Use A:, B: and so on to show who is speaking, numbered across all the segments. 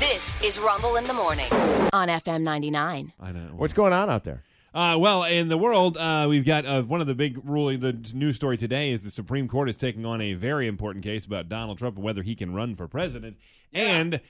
A: This is Rumble in the Morning on FM 99.
B: I know.
C: What's going on out there?
B: Uh, well, in the world, uh, we've got uh, one of the big ruling. The news story today is the Supreme Court is taking on a very important case about Donald Trump and whether he can run for president. and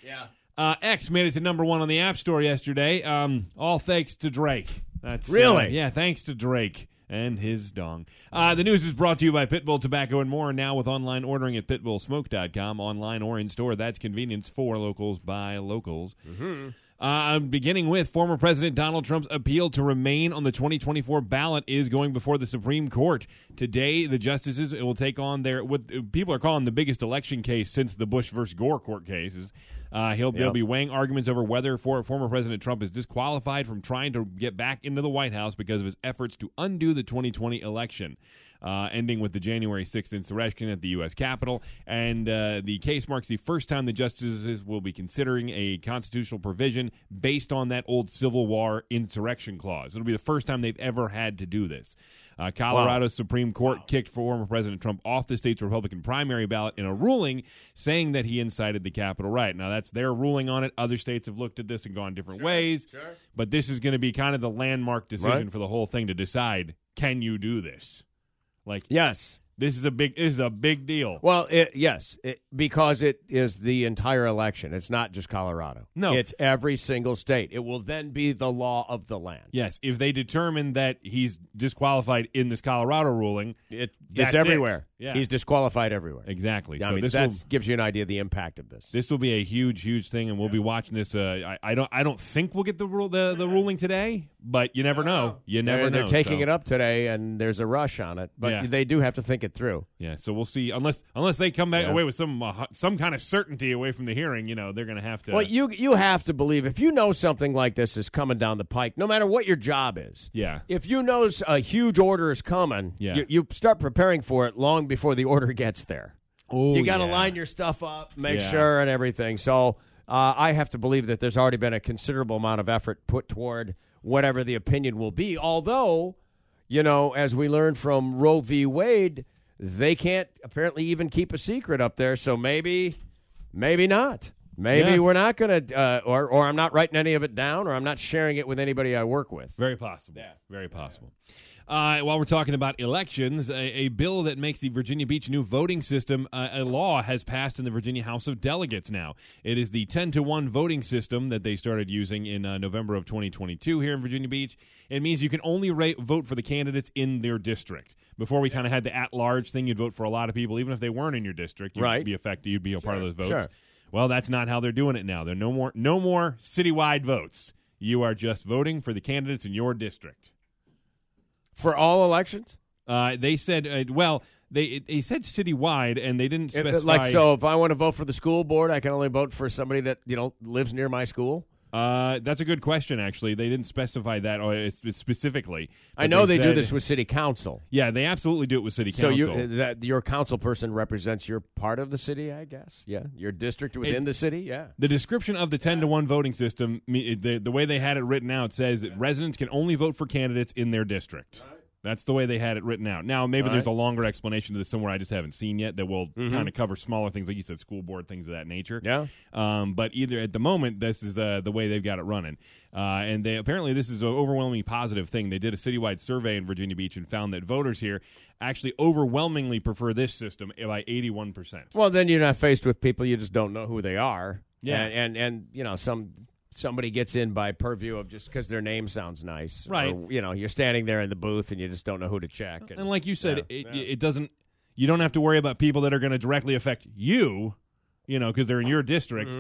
B: Uh, X made it to number one on the App Store yesterday. Um, all thanks to Drake. That's uh,
C: Really?
B: yeah, thanks to Drake and his dong. Uh, the news is brought to you by Pitbull Tobacco and more. Now with online ordering at pitbullsmoke.com, online or in store. That's convenience for locals by locals. Uh, I'm beginning with former President Donald Trump's appeal to remain on the 2024 ballot is going before the Supreme Court today. The justices will take on their what people are calling the biggest election case since the Bush versus Gore court cases. Uh, he'll they'll be weighing arguments over whether for, former President Trump is disqualified from trying to get back into the White House because of his efforts to undo the 2020 election uh, ending with the January 6th insurrection at the U.S. Capitol. And uh, the case marks the first time the justices will be considering a constitutional provision based on that old Civil War insurrection clause. It'll be the first time they've ever had to do this. Uh, Colorado's Supreme Court kicked former President Trump off the state's Republican primary ballot in a ruling saying that he incited the Capitol riot. Now, that's their ruling on it. Other states have looked at this and gone different ways. But this is going to be kind of the landmark decision
C: Right.
B: for the whole thing to decide can you do this? Like
C: Yes.
B: this is a big this is a big deal.
C: Well, it, yes, it, because it is the entire election. It's not just Colorado.
B: No.
C: it's every single state. It will then be the law of the land.
B: yes, if they determine that he's disqualified in this Colorado ruling,
C: It,
B: That's
C: it's
B: it.
C: everywhere.
B: Yeah.
C: He's disqualified everywhere.
B: exactly.
C: I
B: so
C: mean,
B: this
C: that
B: will
C: gives you an idea of the impact of this.
B: this will be a huge huge thing, and we'll be watching this. Uh, I, I don't I don't think we'll get the rule the, the ruling today, but you never know. You never
C: they're,
B: know.
C: they're taking
B: so-
C: it up today, and there's a rush on it, but
B: Yeah.
C: they do have to think it through.
B: Yeah, so we'll see. Unless unless they come back
C: Yeah.
B: away with some uh, some kind of certainty away from the hearing, you know, they're going to have to.
C: Well, you you have to believe if you know something like this is coming down the pike, no matter what your job is.
B: yeah.
C: If you know s- a huge order is coming,
B: Yeah.
C: you, you start preparing for it long before the order gets there.
B: Oh,
C: you got to
B: yeah.
C: line your stuff up, make
B: Yeah.
C: sure, and everything. So uh, I have to believe that there's already been a considerable amount of effort put toward whatever the opinion will be. Although, you know, as we learned from Roe v. Wade, they can't apparently even keep a secret up there. So maybe, maybe not. Maybe
B: Yeah.
C: we're not going to, uh, or or I'm not writing any of it down, or I'm not sharing it with anybody I work with.
B: Very possible. Very possible. Uh, while we're talking about elections, a, a bill that makes the Virginia Beach new voting system uh, a law has passed in the Virginia House of Delegates now. It is the 10 to 1 voting system that they started using in uh, November of 2022 here in Virginia Beach. It means you can only ra- vote for the candidates in their district. Before we kind of had the at large thing, you'd vote for a lot of people, even if they weren't in your district. You'd
C: Right.
B: be affected, you'd be a part of those votes.
C: sure.
B: Well, that's not how they're doing it now. There are no more no more citywide votes. You are just voting for the candidates in your district.
C: For all elections?
B: Uh, they said, uh, well, they they said citywide, and they didn't
C: It-
B: specify.
C: like so, if I want to vote for the school board, I can only vote for somebody that you know lives near my school.
B: Uh, that's a good question. Actually, they didn't specify that or it's- it's specifically.
C: I know
B: But
C: they, do
B: said-
C: this with city council.
B: Yeah, they absolutely do it with city
C: So
B: council.
C: you uh, that your council person represents your part of the city, I guess. Yeah, your district within the city. Yeah,
B: The description of the 10 to 1 voting system, me- the, the way they had it written out, says that residents can only vote for candidates in their district. That's the way they had it written out. Now, maybe there's a longer explanation to this somewhere I just haven't seen yet that will kind of cover smaller things, like you said, school board, things of that nature.
C: Yeah.
B: Um, but either at the moment, this is the, the way they've got it running. Uh, and they apparently, this is an overwhelmingly positive thing. They did a citywide survey in Virginia Beach and found that voters here actually overwhelmingly prefer this system by 81%.
C: Well, then you're not faced with people you just don't know who they are.
B: Yeah.
C: and and, and you know some somebody gets in by purview of just because their name sounds nice, Or,
B: Right.
C: you know, you're standing there in the booth and you just don't know who to check.
B: And like you said,
C: Yeah.
B: it, it doesn't. You don't have to worry about people that are going to directly affect you, you know, because they're in your district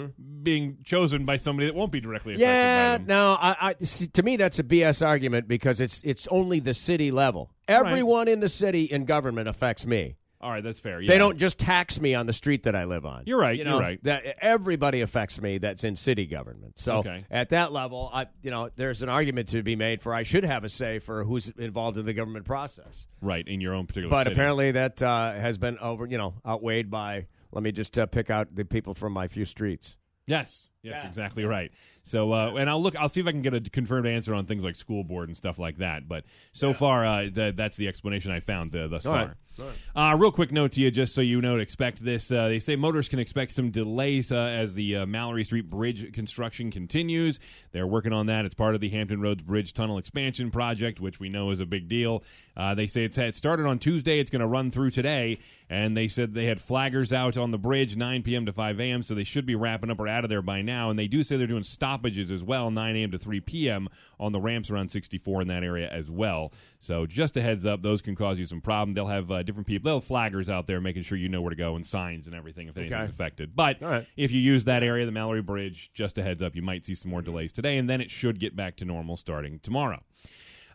B: being chosen by somebody that won't be directly affected by
C: Mm-hmm. Yeah,
B: them.
C: no, I, I see, to me that's a BS argument because it's it's only the city level. Everyone in the city in government affects me.
B: All right, that's fair.
C: They
B: yeah.
C: don't just tax me on the street that I live on.
B: You're right,
C: You
B: you're
C: know,
B: right.
C: That everybody affects me that's in city government. So
B: Okay.
C: at that level, I you know there's an argument to be made for I should have a say for who's involved in the government process.
B: right in your own particular.
C: But
B: city.
C: apparently that uh, has been over you know outweighed by let me just uh, pick out the people from my few streets.
B: yes, Yes,
C: Yeah.
B: exactly right. So, uh, and I'll look. I'll see if I can get a confirmed answer on things like school board and stuff like that. But so far, uh, th- that's the explanation I found uh, thus
C: All
B: far.
C: right.
B: Uh, real quick note to you, just so you know, to expect this. Uh, they say motors can expect some delays uh, as the uh, Mallory Street Bridge construction continues. They're working on that. It's part of the Hampton Roads Bridge Tunnel expansion project, which we know is a big deal. Uh, they say it's, it started on Tuesday. It's going to run through today. And they said they had flaggers out on the bridge 9 p.m. to 5 a.m., so they should be wrapping up or out of there by now. And they do say they're doing stoppages as well, 9 a.m. to 3 p.m. on the ramps around 64 in that area as well. So just a heads up, those can cause you some problem. They'll have uh, different people, they'll have flaggers out there making sure you know where to go and signs and everything if anything's
C: Okay.
B: affected. But
C: All right.
B: if you use that area, the Mallory Bridge, just a heads up, you might see some more delays today, and then it should get back to normal starting tomorrow.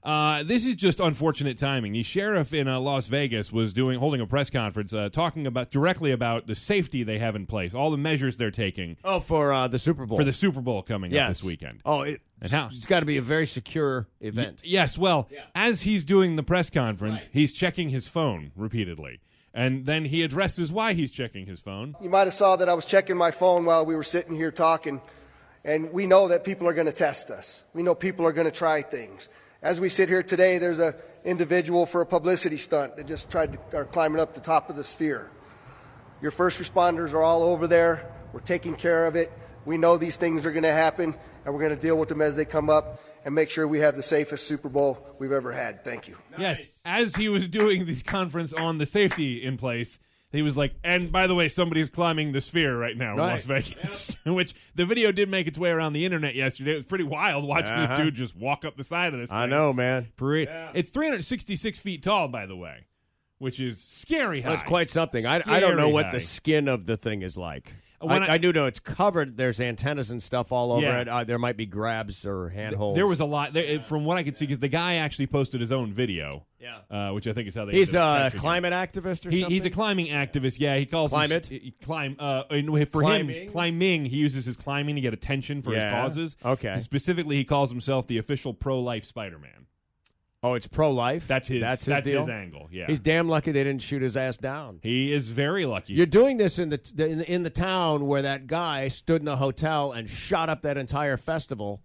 B: Uh, this is just unfortunate timing. The sheriff in uh, Las Vegas was doing holding a press conference, uh, talking about directly about the safety they have in place, all the measures they're taking
C: Oh, for uh, the Super Bowl
B: for the Super Bowl coming
C: yes.
B: up this weekend.
C: Oh, it,
B: And how-
C: it's got to be a very secure event.
B: Yes, well, as he's doing the press conference, he's checking his phone repeatedly, and then he addresses why he's checking his phone.
D: You might have saw that I was checking my phone while we were sitting here talking, and we know that people are going to test us. We know people are going to try things. As we sit here today, there's a individual for a publicity stunt that just tried to, are climbing up the top of the sphere. Your first responders are all over there. We're taking care of it. We know these things are going to happen, and we're going to deal with them as they come up and make sure we have the safest Super Bowl we've ever had. Thank you.
B: Yes, as he was doing this conference on the safety in place, he was like, and by the way, somebody's climbing the sphere right now in Las
C: Right.
B: Vegas, which the video did make its way around the internet yesterday. It was pretty wild watching this
C: Uh-huh.
B: dude just walk up the side of this.
C: I
B: thing.
C: know, man.
B: Parade. It's 366 feet tall, by the way, which is scary high.
C: That's quite something. I, I don't know
B: Scary
C: what
B: high.
C: the skin of the thing is like. I,
B: When I-
C: I, do know it's covered. There's antennas and stuff all over
B: Yeah.
C: it. Uh, there might be grabs or handholds.
B: There was a lot there, it- from what I could see because the guy actually posted his own video.
C: Yeah.
B: uh, which I think is how they.
C: He's uh,
B: ended up
C: a
B: capturing him.
C: climate activist or
B: He,
C: something.
B: he's a climbing activist. Yeah, he calls him-
C: Climate?
B: he- climb. Uh, and for
C: Climbing?
B: him, climbing. He uses his climbing to get attention for his
C: Yeah.
B: causes.
C: Okay.
B: And specifically, he calls himself the official pro-life Spider-Man.
C: oh, it's pro life.
B: That's his.
C: That's his deal.
B: angle. Yeah.
C: He's damn lucky they didn't shoot his ass down.
B: he is very lucky.
C: You're doing this in the t- in, in the town where that guy stood in a hotel and shot up that entire festival.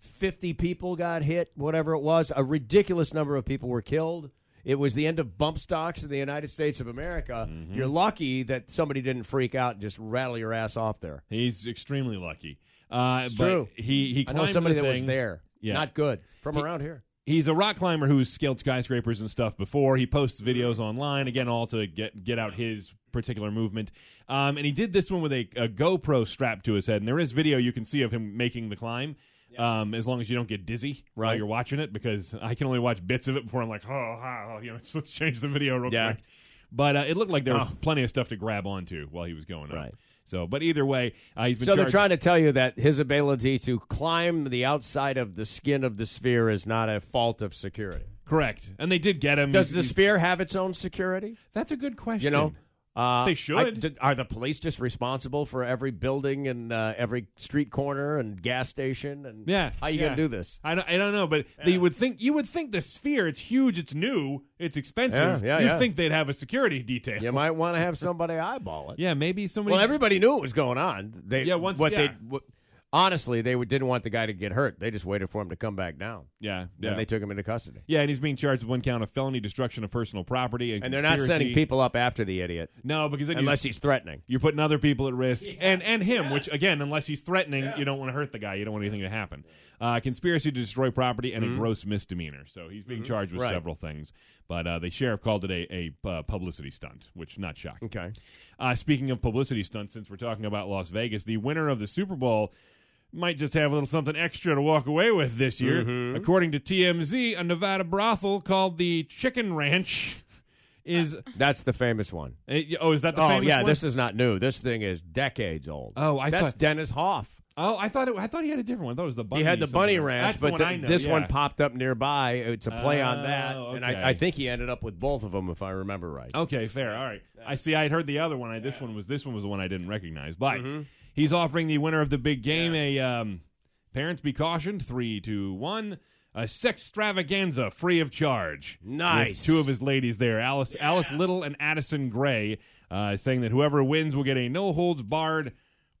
C: Fifty people got hit, whatever it was. A ridiculous number of people were killed. It was the end of bump stocks in the United States of America.
B: Mm-hmm.
C: You're lucky that somebody didn't freak out and just rattle your ass off there.
B: he's extremely lucky. Uh,
C: It's
B: but
C: true.
B: He he.
C: I know
B: climbed
C: somebody
B: the
C: that was
B: thing.
C: there.
B: Yeah.
C: Not good. From
B: He-
C: around here.
B: He's a rock climber who's scaled skyscrapers and stuff before. He posts videos online again, all to get get out his particular movement. Um, and he did this one with a, a GoPro strapped to his head, and there is video you can see of him making the climb. Um, as long as you don't get dizzy while
C: Right.
B: you're watching it, because I can only watch bits of it before I'm like, oh, ah, you know, let's change the video real
C: Yeah.
B: quick. But uh, it looked like there was
C: Oh.
B: plenty of stuff to grab onto while he was going up.
C: Right.
B: So, but either way, uh, he's been
C: So they're
B: charged-
C: trying to tell you that his ability to climb the outside of the skin of the sphere is not a fault of security.
B: correct, and they did get him.
C: Does
B: He's-
C: the
B: he's-
C: sphere have its own security?
B: that's a good question.
C: You know, uh,
B: They
C: I-
B: should.
C: d- are the police just responsible for every building and uh, every street corner and gas station? And
B: Yeah,
C: how you
B: yeah.
C: gonna do this?
B: I don't, I don't know, but they would think you would think the sphere. It's huge. It's new. It's expensive.
C: Yeah, yeah,
B: you
C: yeah.
B: think they'd have a security detail?
C: You might want to have somebody eyeball it.
B: Yeah, maybe somebody.
C: Well, everybody knew what was going on. They
B: Yeah, once-
C: what
B: yeah.
C: they what, honestly they would- didn't want the guy to get hurt. They just waited for him to come back down.
B: Yeah,
C: Then
B: yeah.
C: they took him into custody.
B: yeah, and he's being charged with one count of felony destruction of personal property, and,
C: And they're not sending
B: conspiracy.
C: people up after the idiot
B: No, because then
C: unless
B: you,
C: he's threatening.
B: you're putting other people at risk, and and him, which again, unless he's threatening, you don't want to hurt the guy. You don't want anything to happen. Uh, conspiracy to destroy property and a gross misdemeanor. So he's being charged with
C: Mm-hmm. Right.
B: several things, but uh, the sheriff called it a, a uh, publicity stunt, which not shocking.
C: Okay.
B: Uh, speaking of publicity stunts, since we're talking about Las Vegas, the winner of the Super Bowl might just have a little something extra to walk away with this year.
C: Mm-hmm.
B: According to TMZ, a Nevada brothel called the Chicken Ranch is.
C: That's the famous one.
B: uh, oh, is that the
C: Uh, oh
B: famous
C: yeah,
B: one?
C: this is not new. This thing is decades old.
B: Oh, I
C: that's
B: thought-
C: Dennis Hoff.
B: oh, I thought it, I thought he had a different one. I thought it was the bunny.
C: he had the
B: something.
C: bunny ranch,
B: That's the
C: but
B: one
C: th-
B: I know,
C: this
B: yeah.
C: one popped up nearby. It's a play on that,
B: Oh,
C: and
B: okay. Oh,
C: I, I think he ended up with both of them, if I remember right.
B: Okay, fair. All right. I see. I had heard the other one. I, this one was this one was the one I didn't recognize. But he's offering the winner of the big game a um, parents be cautioned three two one a sextravaganza free of charge.
C: Nice.
B: With two of his ladies there, Alice Alice Little and Addison Gray, uh, saying that whoever wins will get a no holds barred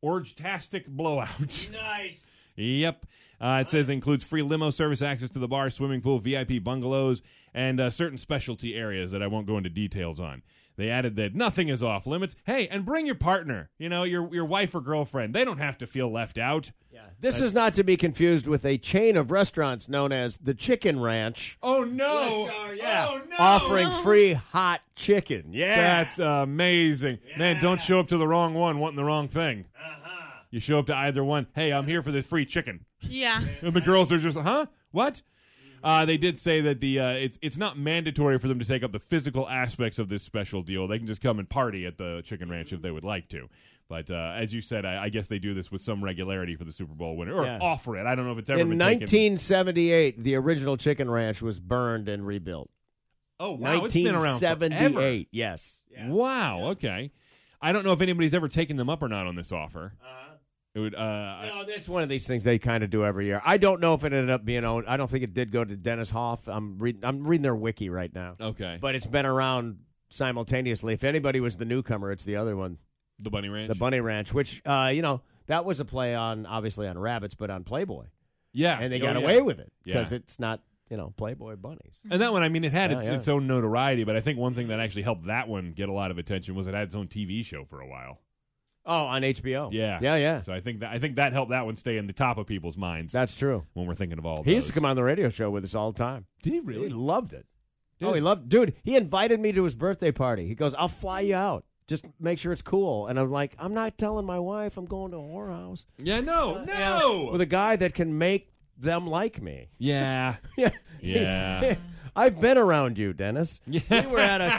B: Orgetastic blowout.
C: Nice.
B: Yep. Uh, it says includes free limo service, access to the bar, swimming pool, VIP bungalows, and uh, certain specialty areas that I won't go into details on. They added that nothing is off limits. Hey, and bring your partner. You know, your your wife or girlfriend. They don't have to feel left out.
C: This is not to be confused with a chain of restaurants known as the Chicken Ranch,
B: Oh no!
C: yeah.
B: Oh no!
C: offering free hot chicken. Yeah.
B: That's amazing, man. Don't show up to the wrong one wanting the wrong thing.
C: Uh-huh.
B: You show up to either one. Hey, I'm here for the free chicken.
E: Yeah.
B: And the girls are just, huh? What? Uh, they did say that the uh, it's it's not mandatory for them to take up the physical aspects of this special deal. They can just come and party at the Chicken Ranch if they would like to. But uh, as you said, I, I guess they do this with some regularity for the Super Bowl winner, or
C: Yeah.
B: offer it. I don't know if it's ever
C: In
B: been taken.
C: 1978, the original Chicken Ranch was burned and rebuilt.
B: Oh wow, it's been around forever.
C: 1978. Yes.
B: Wow. Okay. I don't know if anybody's ever taken them up or not on this offer.
C: Uh-huh.
B: It would. Uh, I-
C: No, that's one of these things they kind of do every year. I don't know if it ended up being owned. I don't think it did go to Dennis Hoff. I'm reading. I'm reading their wiki right now.
B: okay.
C: But it's been around simultaneously. If anybody was the newcomer, it's the other one,
B: the Bunny Ranch.
C: the Bunny Ranch, which uh, you know that was a play on obviously on rabbits, but on Playboy,
B: yeah.
C: and they
B: Oh,
C: got
B: yeah.
C: away with it
B: Yeah.
C: because it's not you know Playboy bunnies.
B: And that one, I mean, it had its,
C: yeah.
B: its own notoriety, but I think one thing that actually helped that one get a lot of attention was it had its own TV show for a while.
C: Oh, on HBO.
B: Mm-hmm. Yeah,
C: yeah, yeah.
B: So I think that I think that helped that one stay in the top of people's minds
C: That's true.
B: when we're thinking of all.
C: He used to
B: those.
C: come on the radio show with us all the time.
B: Did he
C: He
B: really?
C: loved it. Oh,
B: Dude.
C: he loved Dude, he invited me to his birthday party. He goes, I'll fly you out. Just make sure it's cool. And I'm like, I'm not telling my wife I'm going to a whorehouse
B: Yeah. No. No.
C: with a guy that can make them like me.
B: Yeah.
C: Yeah.
B: Yeah.
C: I've been around you, Dennis. We were at a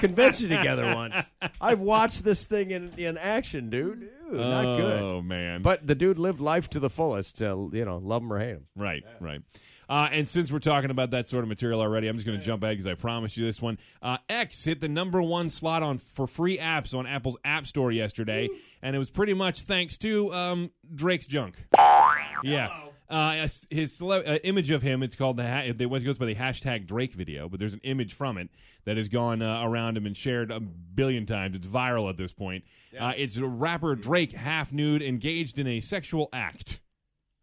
C: convention together once. I've watched this thing in, in action, dude. Ew, not good.
B: Oh man.
C: But the dude lived life to the fullest. Uh, you know, love him or hate him.
B: Right, right. Uh, and since we're talking about that sort of material already, I'm just going to jump ahead because I promised you this one. Uh, X hit the number one slot on for free apps on Apple's App Store yesterday, and it was pretty much thanks to um, Drake's junk. Yeah. Uh, his cele- uh, image of him, it's called the, ha- it goes by the hashtag Drake video, but there's an image from it that has gone uh, around him and shared a billion times. It's viral at this point. Uh, it's rapper Drake half nude engaged in a sexual act.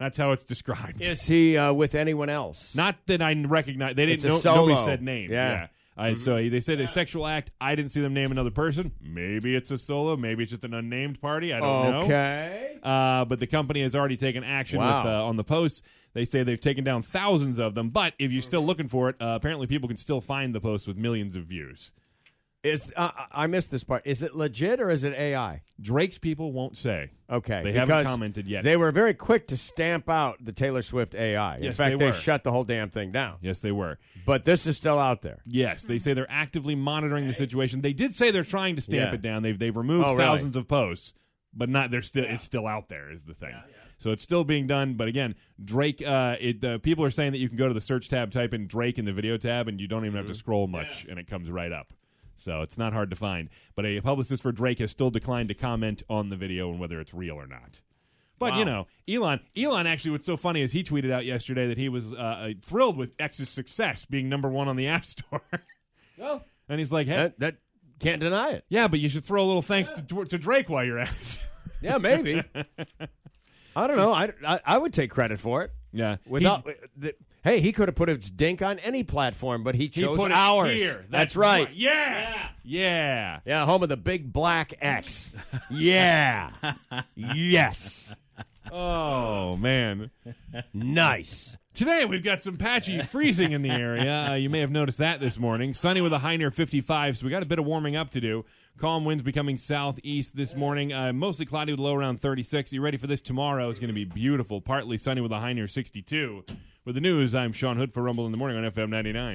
B: That's how it's described.
C: Is he uh, with anyone else?
B: Not that I recognize. They
C: It's
B: didn't.
C: a
B: know
C: solo.
B: Nobody said name.
C: Yeah. Mm-hmm.
B: Uh, and so they said a sexual act. I didn't see them name another person. Maybe it's a solo. Maybe it's just an unnamed party. I don't know.
C: okay.
B: Uh, but the company has already taken action
C: Wow.
B: with, uh, on the posts. They say they've taken down thousands of them. But if you're
C: Mm-hmm.
B: still looking for it, uh, apparently people can still find the posts with millions of views.
C: Is uh, I missed this part? Is it legit or is it AI?
B: Drake's people won't say.
C: Okay,
B: They haven't
C: because
B: commented yet.
C: They were very quick to stamp out the Taylor Swift AI. In
B: Yes,
C: fact,
B: they
C: they,
B: were.
C: shut the whole damn thing down.
B: Yes, they were.
C: But this is still out there.
B: Yes, they say they're actively monitoring the situation. They did say they're trying to stamp
C: Yeah.
B: it down. They've they've removed
C: Oh, really?
B: thousands of posts, but not they're still it's still out there is the thing. So it's still being done. But again, Drake. Uh, it uh, people are saying that you can go to the search tab, type in Drake in the video tab, and you don't even have
C: Mm-hmm.
B: to scroll much, and it comes right up. So it's not hard to find. But a publicist for Drake has still declined to comment on the video and whether it's real or not. But you know, Elon. Elon actually, what's so funny is he tweeted out yesterday that he was uh, uh, thrilled with X's success being number one on the App Store.
C: Well,
B: and he's like, hey,
C: that, that can't deny it.
B: yeah, but you should throw a little thanks to, to Drake while you're at it.
C: Yeah, maybe. I don't know. I, I I would take credit for it.
B: yeah,
C: Without, uh, the, hey, he could have put his dink on any platform, but he
B: he, he
C: chose
B: put it
C: ours.
B: here.
C: That's, right.
B: Yeah, yeah.
C: Yeah, home of the big black X. yeah. yes.
B: Oh man.
C: Nice.
B: Today we've got some patchy freezing in the area. Uh, you may have noticed that this morning. Sunny with a high near 55, so we got a bit of warming up to do. Calm winds becoming southeast this morning. Uh, mostly cloudy with a low around 36. You ready for this tomorrow? It's going to be beautiful. Partly sunny with a high near 62. With the news, I'm Sean Hood for Rumble in the Morning on FM 99.